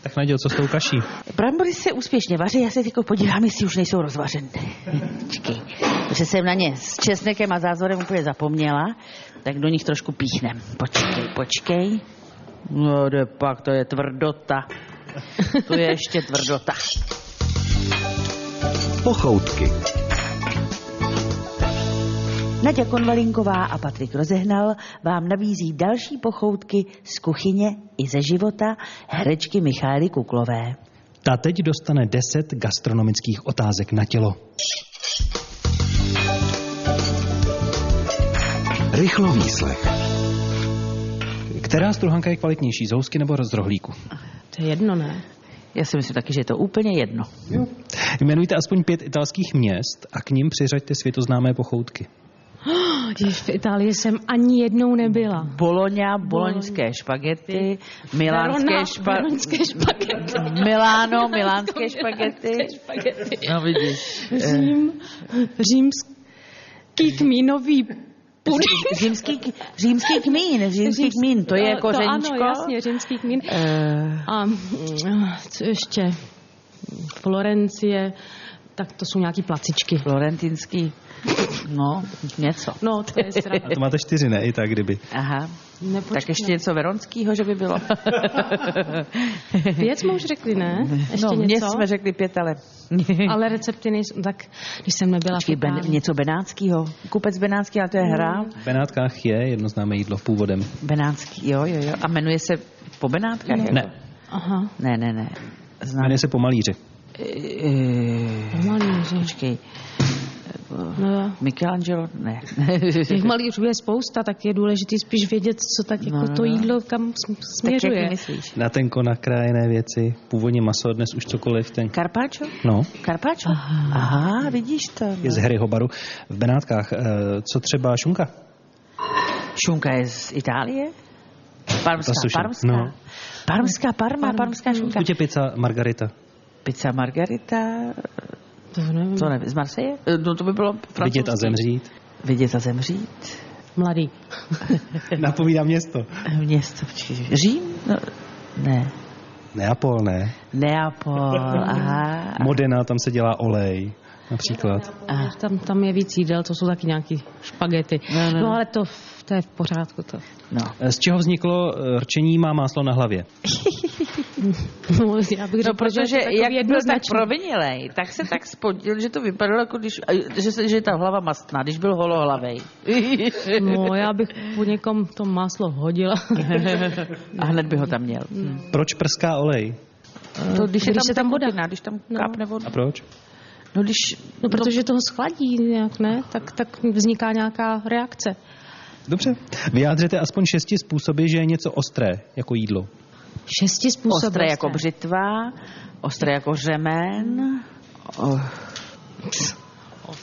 Speaker 2: Tak Naděl, co s tou kaší?
Speaker 3: Brambory se úspěšně vaří, já se teď podívám, jestli už nejsou rozvařené. Čekej, protože jsem na ně s česnekem a zázvorem úplně zapomněla, tak do nich trošku píchnem. Počkej, počkej. No, jde pak, to je tvrdota. To je ještě tvrdota.
Speaker 1: Pochoutky.
Speaker 3: Naďa Konvalinková a Patrik Rozehnal vám nabízí další pochoutky z kuchyně i ze života herečky Michály Kuklové.
Speaker 2: Ta teď dostane 10 gastronomických otázek na tělo.
Speaker 1: Rychlo výslech.
Speaker 2: Která struhanka je kvalitnější, z housky nebo z rohlíku?
Speaker 4: To je jedno, ne?
Speaker 3: Já si myslím taky, že je to úplně jedno.
Speaker 2: Jo. Jmenujte aspoň pět italských měst a k ním přiřaďte světoznámé pochoutky.
Speaker 4: Oh, v Itálii jsem ani jednou nebyla.
Speaker 3: Bologna, boloňské špagety, milánské, špa...
Speaker 4: špagety.
Speaker 3: Miláno, milánské špagety. špagety.
Speaker 4: No vidíš. Řím, římský kmínový puding.
Speaker 3: Římský, římský kmín, římský kmín, to je jako Eh. kořeničko.
Speaker 4: No, To ano, jasně, římský kmín. A co ještě? Florencie, Tak to jsou nějaký placičky.
Speaker 3: Florentinský, no, něco.
Speaker 4: No, to je
Speaker 2: A
Speaker 4: sranda.
Speaker 2: to máte čtyři, ne? I tak, kdyby.
Speaker 3: Aha,
Speaker 4: Nepočkej.
Speaker 3: tak ještě něco veronského, že by bylo.
Speaker 4: Pět jsme už řekli, ne? Ještě
Speaker 3: no, mně
Speaker 4: něco?
Speaker 3: jsme řekli pět, ale...
Speaker 4: Ale recepty nejsou, tak když jsem nebyla
Speaker 3: Počkej,
Speaker 4: v
Speaker 3: ben,
Speaker 4: Itálii.
Speaker 3: něco benátského. Kupec benátský, ale to je hra.
Speaker 2: V Benátkách je jedno známé jídlo původem.
Speaker 3: Benátský, jo, jo, jo. A jmenuje se po Benátkách? jako?
Speaker 2: Ne,
Speaker 4: Aha,
Speaker 3: Ne, ne, ne. Znám.
Speaker 2: jmenuje se pomalíři.
Speaker 3: Eh,
Speaker 4: malý, že?
Speaker 3: Počkej.
Speaker 4: No,
Speaker 3: Michelangelo? Ne.
Speaker 4: těch malířů je spousta, tak je důležité spíš vědět, co tak jako
Speaker 3: No,
Speaker 4: no,
Speaker 3: no,
Speaker 4: to
Speaker 3: no.
Speaker 4: jídlo kam sm-
Speaker 3: tak
Speaker 4: směřuje.
Speaker 3: jak myslíš?
Speaker 2: Na tenko nakrájené věci, původně maso, dnes už cokoliv ten.
Speaker 3: Karpáčo?
Speaker 2: No,
Speaker 3: Karpáčo? Aha, Aha vidíš to. no.
Speaker 2: je z Harryho baru. V Benátkách, eh, co třeba šunka?
Speaker 3: Šunka je z Itálie? Parmská,
Speaker 2: suši,
Speaker 3: parmská.
Speaker 2: no.
Speaker 3: Parmská, parma, parmská šunka.
Speaker 2: Chutě pizza Margarita.
Speaker 3: Pizza margarita,
Speaker 4: To nevím.
Speaker 3: to nevím, z Marseille? Eh, No to by bylo francouzské.
Speaker 2: Vidět a zemřít.
Speaker 3: Vidět a zemřít.
Speaker 4: Mladý.
Speaker 2: Napomíná město.
Speaker 3: Město, počkej, Řím? No, ne.
Speaker 2: Neapol, ne.
Speaker 3: Neapol, aha.
Speaker 2: Modena, tam se dělá olej. Například.
Speaker 3: Ah.
Speaker 4: Tam, tam je víc jídel, to jsou taky nějaký špagety.
Speaker 3: No, no,
Speaker 4: No, no.
Speaker 3: no.
Speaker 4: no ale to, to je v pořádku. To.
Speaker 3: No.
Speaker 2: Eh, Z čeho vzniklo eh, rčení má máslo na hlavě?
Speaker 4: No, já bych
Speaker 3: No,
Speaker 4: řekla, že je to
Speaker 3: protože
Speaker 4: takový
Speaker 3: jak byl tak
Speaker 4: jednoznačný.
Speaker 3: provinilej, tak se tak spodil, že to vypadalo, jako když, že, se, že je ta hlava mastná, když byl holohlavej.
Speaker 4: No, já bych po někom to máslo hodila.
Speaker 3: A hned by ho tam měl.
Speaker 2: Proč prská olej?
Speaker 3: To, když,
Speaker 4: No. Když je tam voda.
Speaker 3: tekutina, když tam
Speaker 4: No.
Speaker 3: kápne voda.
Speaker 2: A proč?
Speaker 3: No, když...
Speaker 4: No, protože toho schladí nějak, ne? Tak, tak vzniká nějaká reakce.
Speaker 2: Dobře. Vyjádřete aspoň šesti způsoby, že je něco ostré, jako jídlo.
Speaker 4: Šesti vlastně. způsobů.
Speaker 3: Ostré jako
Speaker 4: prostě.
Speaker 3: břitva, ostré jako řemen. Oh.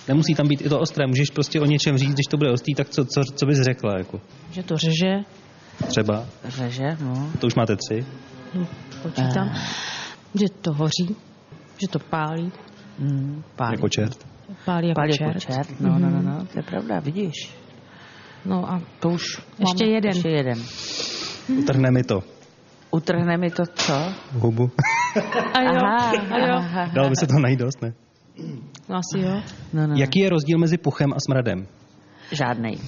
Speaker 2: Nemusí tam být i to ostré, můžeš prostě o něčem říct, když to bude ostrý, tak co, co, co bys řekla? Jako?
Speaker 4: Že to řeže,
Speaker 2: Třeba,
Speaker 3: Řeže, no.
Speaker 2: to už máte tři.
Speaker 4: hm, počítám. Eh. Že to hoří, že to pálí.
Speaker 3: Mm, pálí.
Speaker 2: Jako čert.
Speaker 4: Pálí jako
Speaker 3: Pálí
Speaker 4: čert. Hmm.
Speaker 3: jako čert. No, no, no, no, to je pravda, vidíš.
Speaker 4: No a
Speaker 3: To už
Speaker 4: Ještě jeden.
Speaker 3: Ještě jeden.
Speaker 2: Utrhne mi to.
Speaker 3: Utrhne mi to co?
Speaker 2: Hubu.
Speaker 4: A jo,
Speaker 3: Aha,
Speaker 4: a jo.
Speaker 3: aha.
Speaker 2: Dalo by se to najít dost, ne?
Speaker 4: No asi jo.
Speaker 3: No, no.
Speaker 2: Jaký je rozdíl mezi puchem a smradem?
Speaker 3: Žádnej.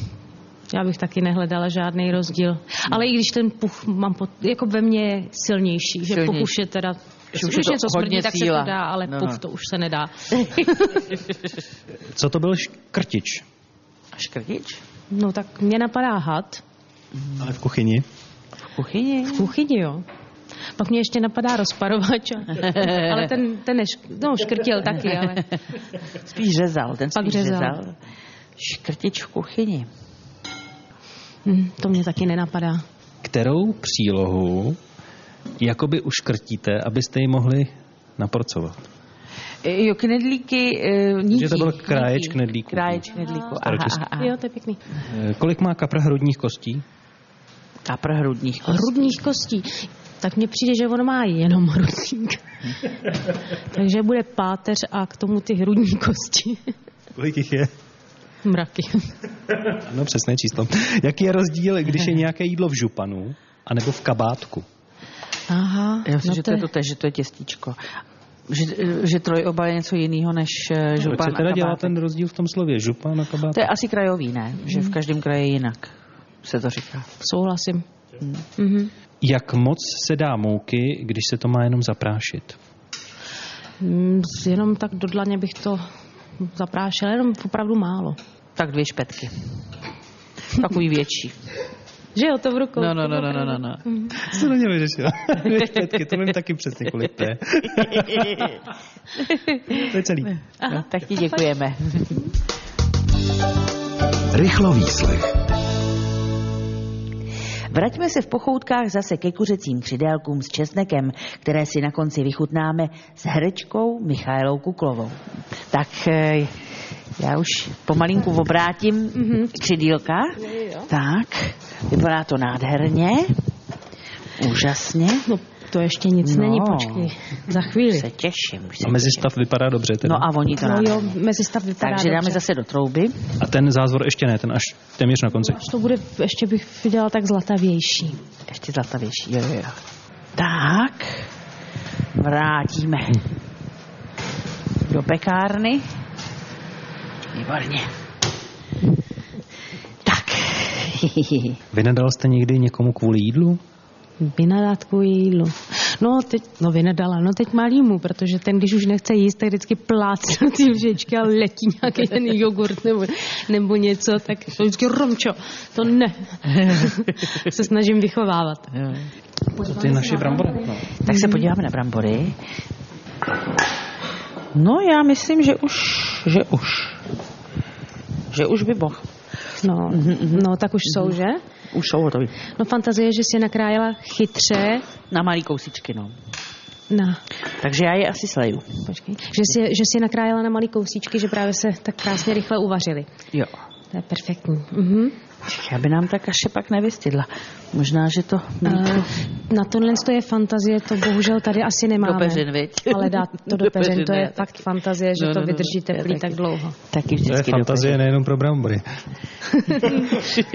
Speaker 4: Já bych taky nehledala žádný rozdíl. Ale i když ten puch mám pod, jako ve mně je silnější, že
Speaker 3: Silnější.
Speaker 4: puch už je teda
Speaker 3: Že už
Speaker 4: už,
Speaker 3: je
Speaker 4: už
Speaker 3: to
Speaker 4: něco
Speaker 3: hodně
Speaker 4: smrdí, tak se
Speaker 3: síla.
Speaker 4: to dá, ale
Speaker 3: No,
Speaker 4: no,
Speaker 3: no.
Speaker 4: puch to už se nedá.
Speaker 2: Co to byl škrtič?
Speaker 3: A škrtič?
Speaker 4: No tak mě napadá had
Speaker 2: Ale v kuchyni.
Speaker 3: V kuchyni?
Speaker 4: v kuchyni, jo. Pak mě ještě napadá rozparovač, ale ten, ten neš, no, škrtil taky, ale
Speaker 3: Spíš řezal, ten
Speaker 4: Pak
Speaker 3: spíš
Speaker 4: řezal.
Speaker 3: řezal. Škrtič v kuchyni.
Speaker 4: hm, to mě taky nenapadá.
Speaker 2: Kterou přílohu jakoby uškrtíte, abyste ji mohli naporcovat?
Speaker 3: E, Jo, knedlíky, e, nítí.
Speaker 2: Že to byl
Speaker 3: nítí.
Speaker 2: kráječ knedlíků.
Speaker 3: Kráječ knedlíku, aha,
Speaker 2: Staročeský.
Speaker 3: aha, aha.
Speaker 4: Jo, to je pěkný.
Speaker 2: Eh, Kolik má kapra hrudních kostí?
Speaker 3: Kapr hrudních kostí.
Speaker 4: Hrudních kostí. Tak mně přijde, že on má jenom hrudník. Takže bude páteř a k tomu ty hrudní kosti.
Speaker 2: Kolik jich je?
Speaker 4: Mraky.
Speaker 2: No přesné číslo. Jaký je rozdíl, když je nějaké jídlo v županu anebo v kabátku?
Speaker 4: Aha.
Speaker 3: Já myslím,
Speaker 4: no
Speaker 3: že to je to tež, že to je těstíčko. Že, eh, že trojobal je něco jiného než e, župan
Speaker 2: Proč se
Speaker 3: a
Speaker 2: No, teda dělá
Speaker 3: kabátek.
Speaker 2: ten rozdíl v tom slově? Župan a kabátek?
Speaker 3: To je asi krajový, ne? Že v každém kraji jinak se to říká.
Speaker 4: Souhlasím. Mhm.
Speaker 2: Jak moc se dá mouky, když se to má jenom zaprášit?
Speaker 4: Mm, Jenom tak do dlaně bych to zaprášila, jenom opravdu málo.
Speaker 3: Tak dvě špetky. Takový větší.
Speaker 4: Že jo, to v rukou.
Speaker 3: No, no, no, no, no, no, no.
Speaker 2: Co to mě vyřešila? Dvě špetky, to vím taky přesně kolik to je. to je celý.
Speaker 3: no tak ti děkujeme.
Speaker 1: Rychlo výslech.
Speaker 3: Vraťme se v pochoutkách zase ke kuřecím křidélkům s česnekem, které si na konci vychutnáme s herečkou Michailou Kuklovou. Tak eh, já už pomalinku obrátím
Speaker 4: Mhm.
Speaker 3: křidílka. Tak, vypadá to nádherně. Úžasně.
Speaker 4: No, to ještě nic
Speaker 3: No.
Speaker 4: není, počkej. Za chvíli.
Speaker 3: Se těším. Už se
Speaker 2: A mezi
Speaker 3: těším.
Speaker 2: stav vypadá dobře teda.
Speaker 3: No a voní to
Speaker 4: No
Speaker 3: nádherně.
Speaker 4: jo, mezi stav vypadá
Speaker 3: Takže dáme
Speaker 4: dobře.
Speaker 3: zase do trouby.
Speaker 2: a ten zázvor ještě ne, ten až téměř na konci.
Speaker 4: Až to bude, ještě bych viděla tak zlatavější.
Speaker 3: Ještě zlatavější. Jo, jo, jo. Tak, vrátíme. do pekárny. Výborně. Tak.
Speaker 2: Vynadal jste někdy někomu kvůli jídlu?
Speaker 4: Vynadat kvůli jídlu. No, teď, no vynadala, no teď malýmu, protože ten, když už nechce jíst, tak vždycky plácí na ty lžečky a letí nějaký ten jogurt nebo, nebo něco, tak to vždycky romčo, to ne. se snažím vychovávat.
Speaker 2: To ty naše brambory. No.
Speaker 3: tak se podíváme na brambory. No, já myslím, že už, že už. Že už by mohl.
Speaker 4: No, no tak už jsou, že?
Speaker 3: Už jsou hotový.
Speaker 4: No fantazie, že si je nakrájela chytře
Speaker 3: Na malý kousičky, no.
Speaker 4: na
Speaker 3: Takže já je asi sleju.
Speaker 4: Počkej. Že si, že si je nakrájela na malý kousíčky, že právě se tak krásně rychle uvařily.
Speaker 3: Jo.
Speaker 4: To je perfektní. Mhm.
Speaker 3: Já by nám ta kaše pak nevystydla. Možná, že to...
Speaker 4: A Eh, na tohle to je fantazie, to bohužel tady asi nemáme.
Speaker 3: Do peřin, viď?
Speaker 4: Ale dát to do peřin, to je fakt fantazie, že
Speaker 3: No,
Speaker 4: to
Speaker 3: no, no,
Speaker 4: vydrží
Speaker 3: to je
Speaker 4: teplý
Speaker 3: taky.
Speaker 4: tak dlouho.
Speaker 3: Taky
Speaker 2: To je
Speaker 3: vždycky
Speaker 2: fantazie nejenom pro brambory.
Speaker 4: To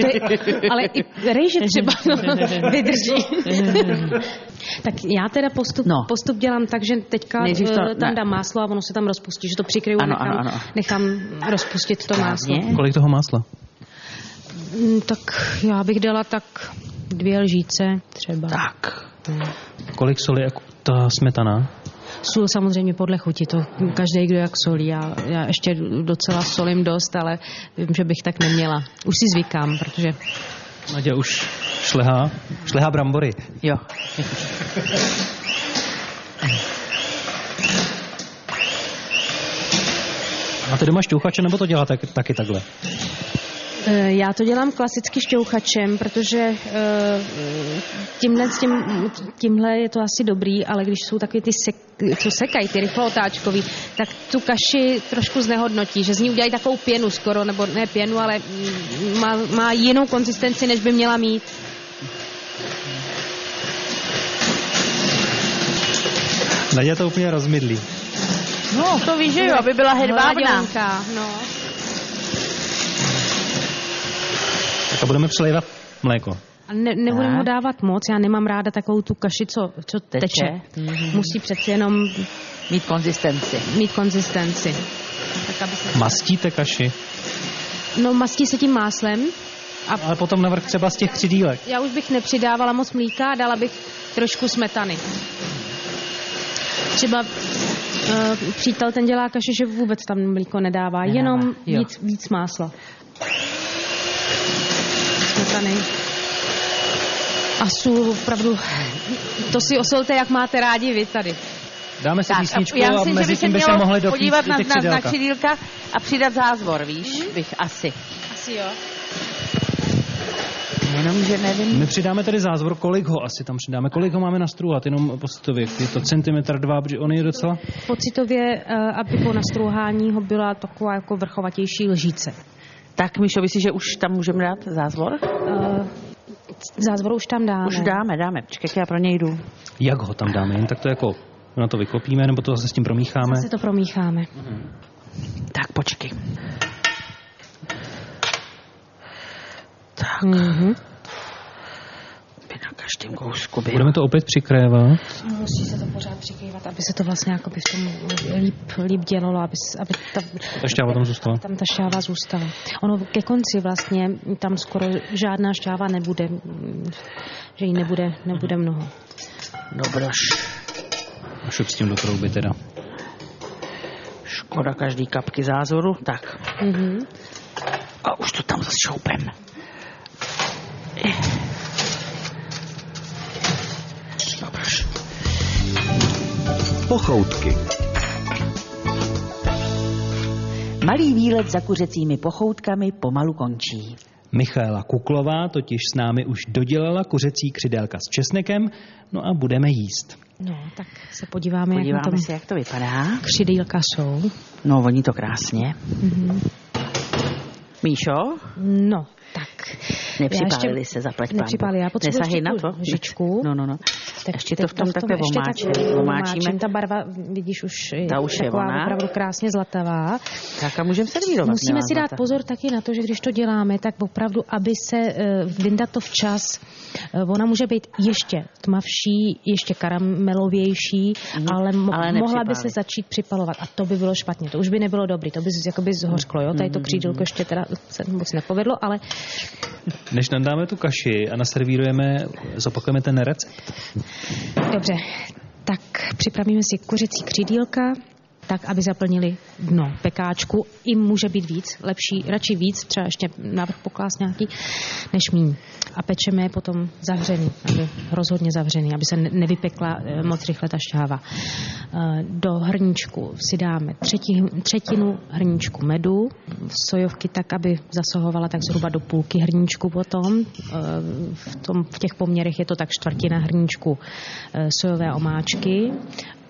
Speaker 4: je, ale i rejže třeba vydrží. tak já teda postup,
Speaker 3: No.
Speaker 4: no. postup dělám tak, že teďka
Speaker 3: Nejdřív
Speaker 4: to,
Speaker 3: to-
Speaker 4: tam
Speaker 3: ne.
Speaker 4: dám máslo a ono se tam rozpustí, že to přikryju a
Speaker 3: Ano,
Speaker 4: nechám,
Speaker 3: ano, ano.
Speaker 4: nechám rozpustit to máslo.
Speaker 3: Správně.
Speaker 2: Kolik toho másla?
Speaker 4: Mm, Tak já bych dala tak dvě lžíce třeba.
Speaker 3: Tak.
Speaker 2: Kolik soli a ku- ta smetana?
Speaker 4: Sůl samozřejmě podle chuti, to každý, kdo jak solí. Já, já ještě docela solím dost, ale vím, že bych tak neměla. Už si zvykám, protože
Speaker 2: Naděja už šlehá, šlehá brambory.
Speaker 3: Jo.
Speaker 2: Máte doma šťouchače nebo to děláte tak- taky takhle?
Speaker 4: Eh, Já to dělám klasicky šťouchačem, protože eh, tímhle, s tím, tímhle je to asi dobrý, ale když jsou takový ty, sek, co sekají, ty rychlootáčkový, tak tu kaši trošku znehodnotí, že z ní udělají takovou pěnu skoro, nebo ne pěnu, ale mm, má, má jinou konzistenci, než by měla mít.
Speaker 2: Naděja to úplně rozmydlí.
Speaker 3: No, to víš, že jo, aby byla hedvábná.
Speaker 4: Mláďonka, No.
Speaker 2: Tak a budeme přelévat mléko.
Speaker 4: A ne, nebudeme
Speaker 3: Tak.
Speaker 4: ho dávat moc, já nemám ráda takovou tu kaši, co, co teče.
Speaker 3: Teče. Mhm.
Speaker 4: Musí přeci jenom
Speaker 3: Mít konzistenci.
Speaker 4: mít konzistenci. Tak, aby se...
Speaker 2: Mastíte kaši,
Speaker 4: No mastí se tím máslem a
Speaker 2: ale potom navrch třeba z těch křidílek.
Speaker 4: já už bych nepřidávala moc mlíka a dala bych trošku smetany. Třeba uh, přítel ten dělá kaši, že vůbec tam mlíko nedává,
Speaker 3: Nedává,
Speaker 4: nedává. jenom
Speaker 3: jo.
Speaker 4: víc, víc másla. Smetany. A sůl, opravdu, to si osolte, jak máte rádi vy tady.
Speaker 2: Dáme si písničku
Speaker 3: já
Speaker 2: a
Speaker 3: myslím, že by
Speaker 2: mezi
Speaker 3: se
Speaker 2: tím by se
Speaker 3: mělo
Speaker 2: mohli dopít
Speaker 3: podívat
Speaker 2: i
Speaker 3: na,
Speaker 2: ty
Speaker 3: na, na
Speaker 2: křidélka.
Speaker 3: křidílka a přidat zázvor, víš,
Speaker 4: Mhm.
Speaker 3: bych asi.
Speaker 4: Asi jo.
Speaker 3: Jenomže nevím.
Speaker 2: My přidáme tedy zázvor, kolik ho asi tam přidáme, kolik ho máme nastruhat, jenom pocitově. Je to centimetr dva, protože on je docela...
Speaker 4: Pocitově, eh, aby po nastrouhání ho byla taková jako vrchovatější lžíce.
Speaker 3: Tak, Míšo, myslíš, že už tam můžeme dát zázvor?
Speaker 4: Eh, Zázvor už tam dáme.
Speaker 3: Už dáme, dáme. Počkej, já pro něj jdu.
Speaker 2: Jak ho tam dáme? Jen tak to jako na to vyklopíme, nebo to zase s tím promícháme.
Speaker 4: Zase to promícháme.
Speaker 3: Tak, počkej. Tak,
Speaker 4: Mhm.
Speaker 3: by na každém kousku byl.
Speaker 2: Budeme to opět přikrévat.
Speaker 4: Musí se to pořád přikývat, aby se to vlastně jako by v tom líp, líp dělalo, aby, s- aby ta,
Speaker 2: Ta šťáva tam zůstala.
Speaker 4: tam ta šťáva zůstala. Ono ke konci vlastně tam skoro žádná šťáva nebude, mm, že jí nebude, nebude mnoho.
Speaker 3: Dobroš.
Speaker 2: A šup s tím do trouby teda.
Speaker 3: Škoda každý kapky zázoru. Tak.
Speaker 4: Mhm.
Speaker 3: A už to tam zase šoupem. Dobroš.
Speaker 1: Pochoutky.
Speaker 3: Malý výlet za kuřecími pochoutkami pomalu končí.
Speaker 2: Michaela Kuklová totiž s námi už dodělala kuřecí křidélka s česnekem, no a budeme jíst.
Speaker 4: No, tak se podíváme, jak na
Speaker 3: Podíváme
Speaker 4: tom
Speaker 3: se, jak to vypadá.
Speaker 4: křidýlka jsou.
Speaker 3: No, voní to krásně.
Speaker 4: Mhm.
Speaker 3: Míšo?
Speaker 4: No, tak.
Speaker 3: Nepřipálili se, zaplať pánbu.
Speaker 4: Nepřipálili, já potřebuji
Speaker 3: Nesahej
Speaker 4: ještě
Speaker 3: na
Speaker 4: tu
Speaker 3: to.
Speaker 4: lžičku.
Speaker 3: No, no, no.
Speaker 4: Tak
Speaker 3: ještě
Speaker 4: teď
Speaker 3: to v tom takhle
Speaker 4: ještě
Speaker 3: omáčíme.
Speaker 4: takhle
Speaker 3: omáčíme.
Speaker 4: Ta barva, vidíš, už je
Speaker 3: Ta už je
Speaker 4: taková
Speaker 3: ona.
Speaker 4: opravdu krásně zlatavá.
Speaker 3: Tak a můžeme servírovat.
Speaker 4: Musíme
Speaker 3: Milá
Speaker 4: si dát
Speaker 3: Zlata.
Speaker 4: pozor taky na to, že když to děláme, tak opravdu, aby se eh, vyndat to včas. Eh, Ona může být ještě tmavší, ještě karamelovější, ale, mo-
Speaker 3: Mhm. ale
Speaker 4: mohla by se
Speaker 3: nepřipálit.
Speaker 4: začít připalovat. A to by bylo špatně, to už by nebylo dobrý, to by z- jakoby zhořklo. Jo?
Speaker 3: Mhm.
Speaker 4: Tady to křídelko ještě teda se moc nepovedlo, ale
Speaker 2: Než nandáme tu kaši a naservírujeme, zopakujeme ten recept.
Speaker 4: dobře. Tak připravíme si kuřecí křídílka, tak, aby zaplnili dno pekáčku. I může být víc, lepší, radši víc, třeba ještě návrh poklás nějaký, než míň. A pečeme je potom zavřený, aby rozhodně zavřený, aby se ne- nevypekla eh, moc rychle ta šťáva. Eh, Do hrníčku si dáme třetí, třetinu hrníčku medu, sojovky tak, aby zasahovala tak zhruba do půlky hrníčku potom. Eh, V, tom, v těch poměrech je to tak čtvrtina hrníčku eh, sojové omáčky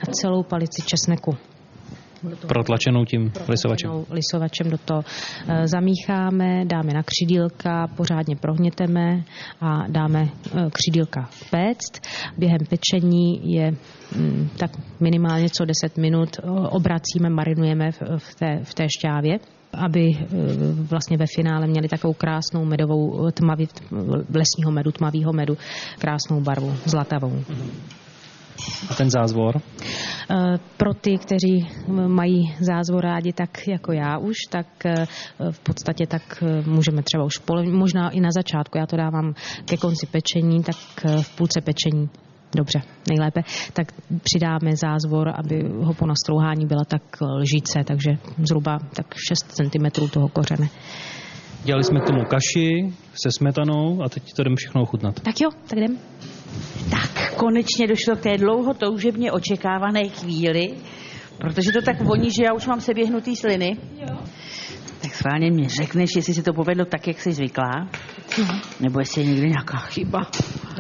Speaker 4: a celou palici česneku
Speaker 2: Protlačenou tím lisovačem.
Speaker 4: jednou lisovačem do toho eh, zamícháme, dáme na křídílka, pořádně prohněteme a dáme eh, křídílka péct. Během pečení je mm, tak minimálně co 10 minut eh, obracíme, marinujeme v, v, té, v té šťávě aby eh, vlastně ve finále měli takovou krásnou medovou eh, tmavý, lesního medu, tmavého medu, krásnou barvu, zlatavou.
Speaker 2: A ten zázvor.
Speaker 4: Eh, Pro ty, kteří m, mají zázvor rádi tak jako já už, tak eh, v podstatě tak eh, můžeme třeba už pole, možná i na začátku, já to dávám ke konci pečení, tak eh, v půlce pečení. Dobře, nejlépe. Tak přidáme zázvor, aby ho po nastrouhání byla tak eh, lžíce, takže zhruba tak 6 cm toho kořene.
Speaker 2: Dělali jsme k tomu kaši se smetanou a teď to jdeme všechno ochutnat.
Speaker 4: Tak jo, tak jdem.
Speaker 3: Tak konečně došlo k té dlouho toužebně očekávané chvíli, protože to tak voní, že já už mám seběhnutý sliny. Jo. Tak schválně mě řekneš, jestli se to povedlo tak, jak jsi zvyklá,
Speaker 4: No.
Speaker 3: nebo jestli je někdy nějaká chyba.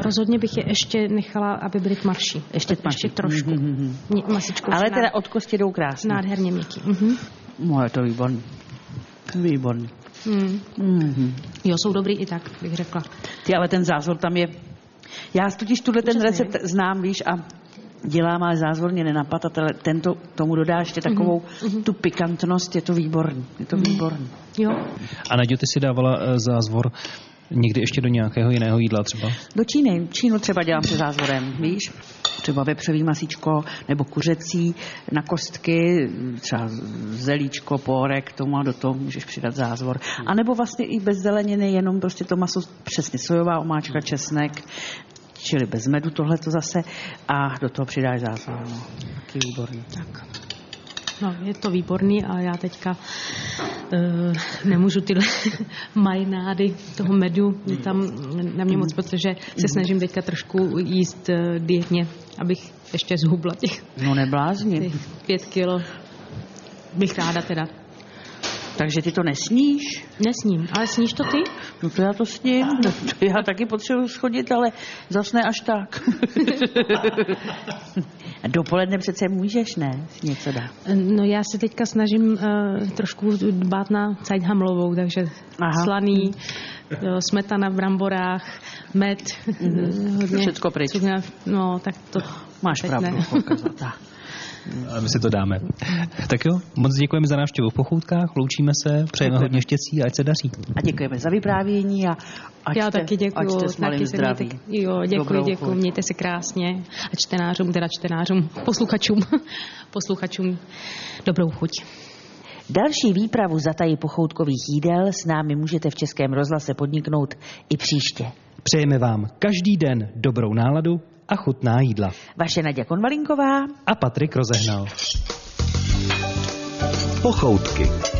Speaker 4: Rozhodně bych je ještě nechala, aby byly tmavší.
Speaker 3: Ještě tmaší.
Speaker 4: Ještě trošku.
Speaker 3: Mhm, mhm.
Speaker 4: Ně- Masičkou
Speaker 3: Ale
Speaker 4: nád-
Speaker 3: teda od kosti jdou krásně.
Speaker 4: nádherně měkký. Mhm.
Speaker 3: No, je to výborný. Výborný.
Speaker 4: Mhm.
Speaker 3: Mhm.
Speaker 4: Jo, jsou dobrý i tak, bych řekla.
Speaker 3: Ty, ale ten zázvor tam je... Já totiž tuhle ten
Speaker 4: Úžasný.
Speaker 3: recept znám, víš, a dělám, ale zázvor mě nenapad a tele- tento tomu dodá ještě takovou tu pikantnost, je to výborný, je to výborný.
Speaker 4: Jo.
Speaker 2: A Naďo, ty si dávala eh, zázvor někdy ještě do nějakého jiného jídla třeba?
Speaker 3: Do Číny. Čínu třeba dělám se zázvorem, víš? Třeba vepřový masíčko nebo kuřecí na kostky, třeba zelíčko, pórek, tomu a do toho můžeš přidat zázvor. A nebo vlastně i bez zeleniny, jenom prostě to maso, přesně sojová omáčka, česnek, čili bez medu tohle to zase a do toho přidáš zázvor. No. Taky výborný.
Speaker 4: Tak. No, je to výborný a já teďka uh, nemůžu tyhle marinády toho medu, je tam na mě moc, protože se snažím teďka trošku jíst uh, dietně, abych ještě zhubla těch,
Speaker 3: No neblázni.
Speaker 4: těch pět kilo. Bych ráda teda.
Speaker 3: Takže ty to nesníš?
Speaker 4: Nesním, ale sníš to ty?
Speaker 3: No to já to s ním. No, to já taky potřebuji schodit, ale zas ne až tak. A Dopoledne přece můžeš, ne? Si něco dá.
Speaker 4: No já se teďka snažím uh, trošku dbát na cajthamlovou, takže
Speaker 3: Aha.
Speaker 4: Aha. slaný, jo, smetana v bramborách, med, eh, hodně.
Speaker 3: Všecko Mhm. pryč.
Speaker 4: Cukr, no, tak to
Speaker 3: Máš
Speaker 4: teď
Speaker 3: pravdu.
Speaker 4: ne.
Speaker 3: Folka Zlatá.
Speaker 2: A my si to dáme. Tak jo, moc děkujeme za návštěvu v Pochoutkách, loučíme se, přejeme hodně štěstí a ať se daří.
Speaker 3: A děkujeme za vyprávění a ať
Speaker 4: Já
Speaker 3: jste,
Speaker 4: taky
Speaker 3: Ať
Speaker 4: děkuju.
Speaker 3: jste s malým
Speaker 4: taky se mějte-
Speaker 3: zdraví.
Speaker 4: Jo, děkuji,
Speaker 3: Dobrou
Speaker 4: děkuji.
Speaker 3: chuť.
Speaker 4: Mějte se krásně. A čtenářům, teda čtenářům, posluchačům, posluchačům dobrou chuť.
Speaker 3: Další výpravu za tají pochoutkových jídel s námi můžete v Českém rozhlase podniknout i příště.
Speaker 2: Přejeme vám každý den dobrou náladu a chutná jídla.
Speaker 3: Vaše Naděja Konvalinková
Speaker 2: A Patrik rozehnal.
Speaker 1: Pochoutky.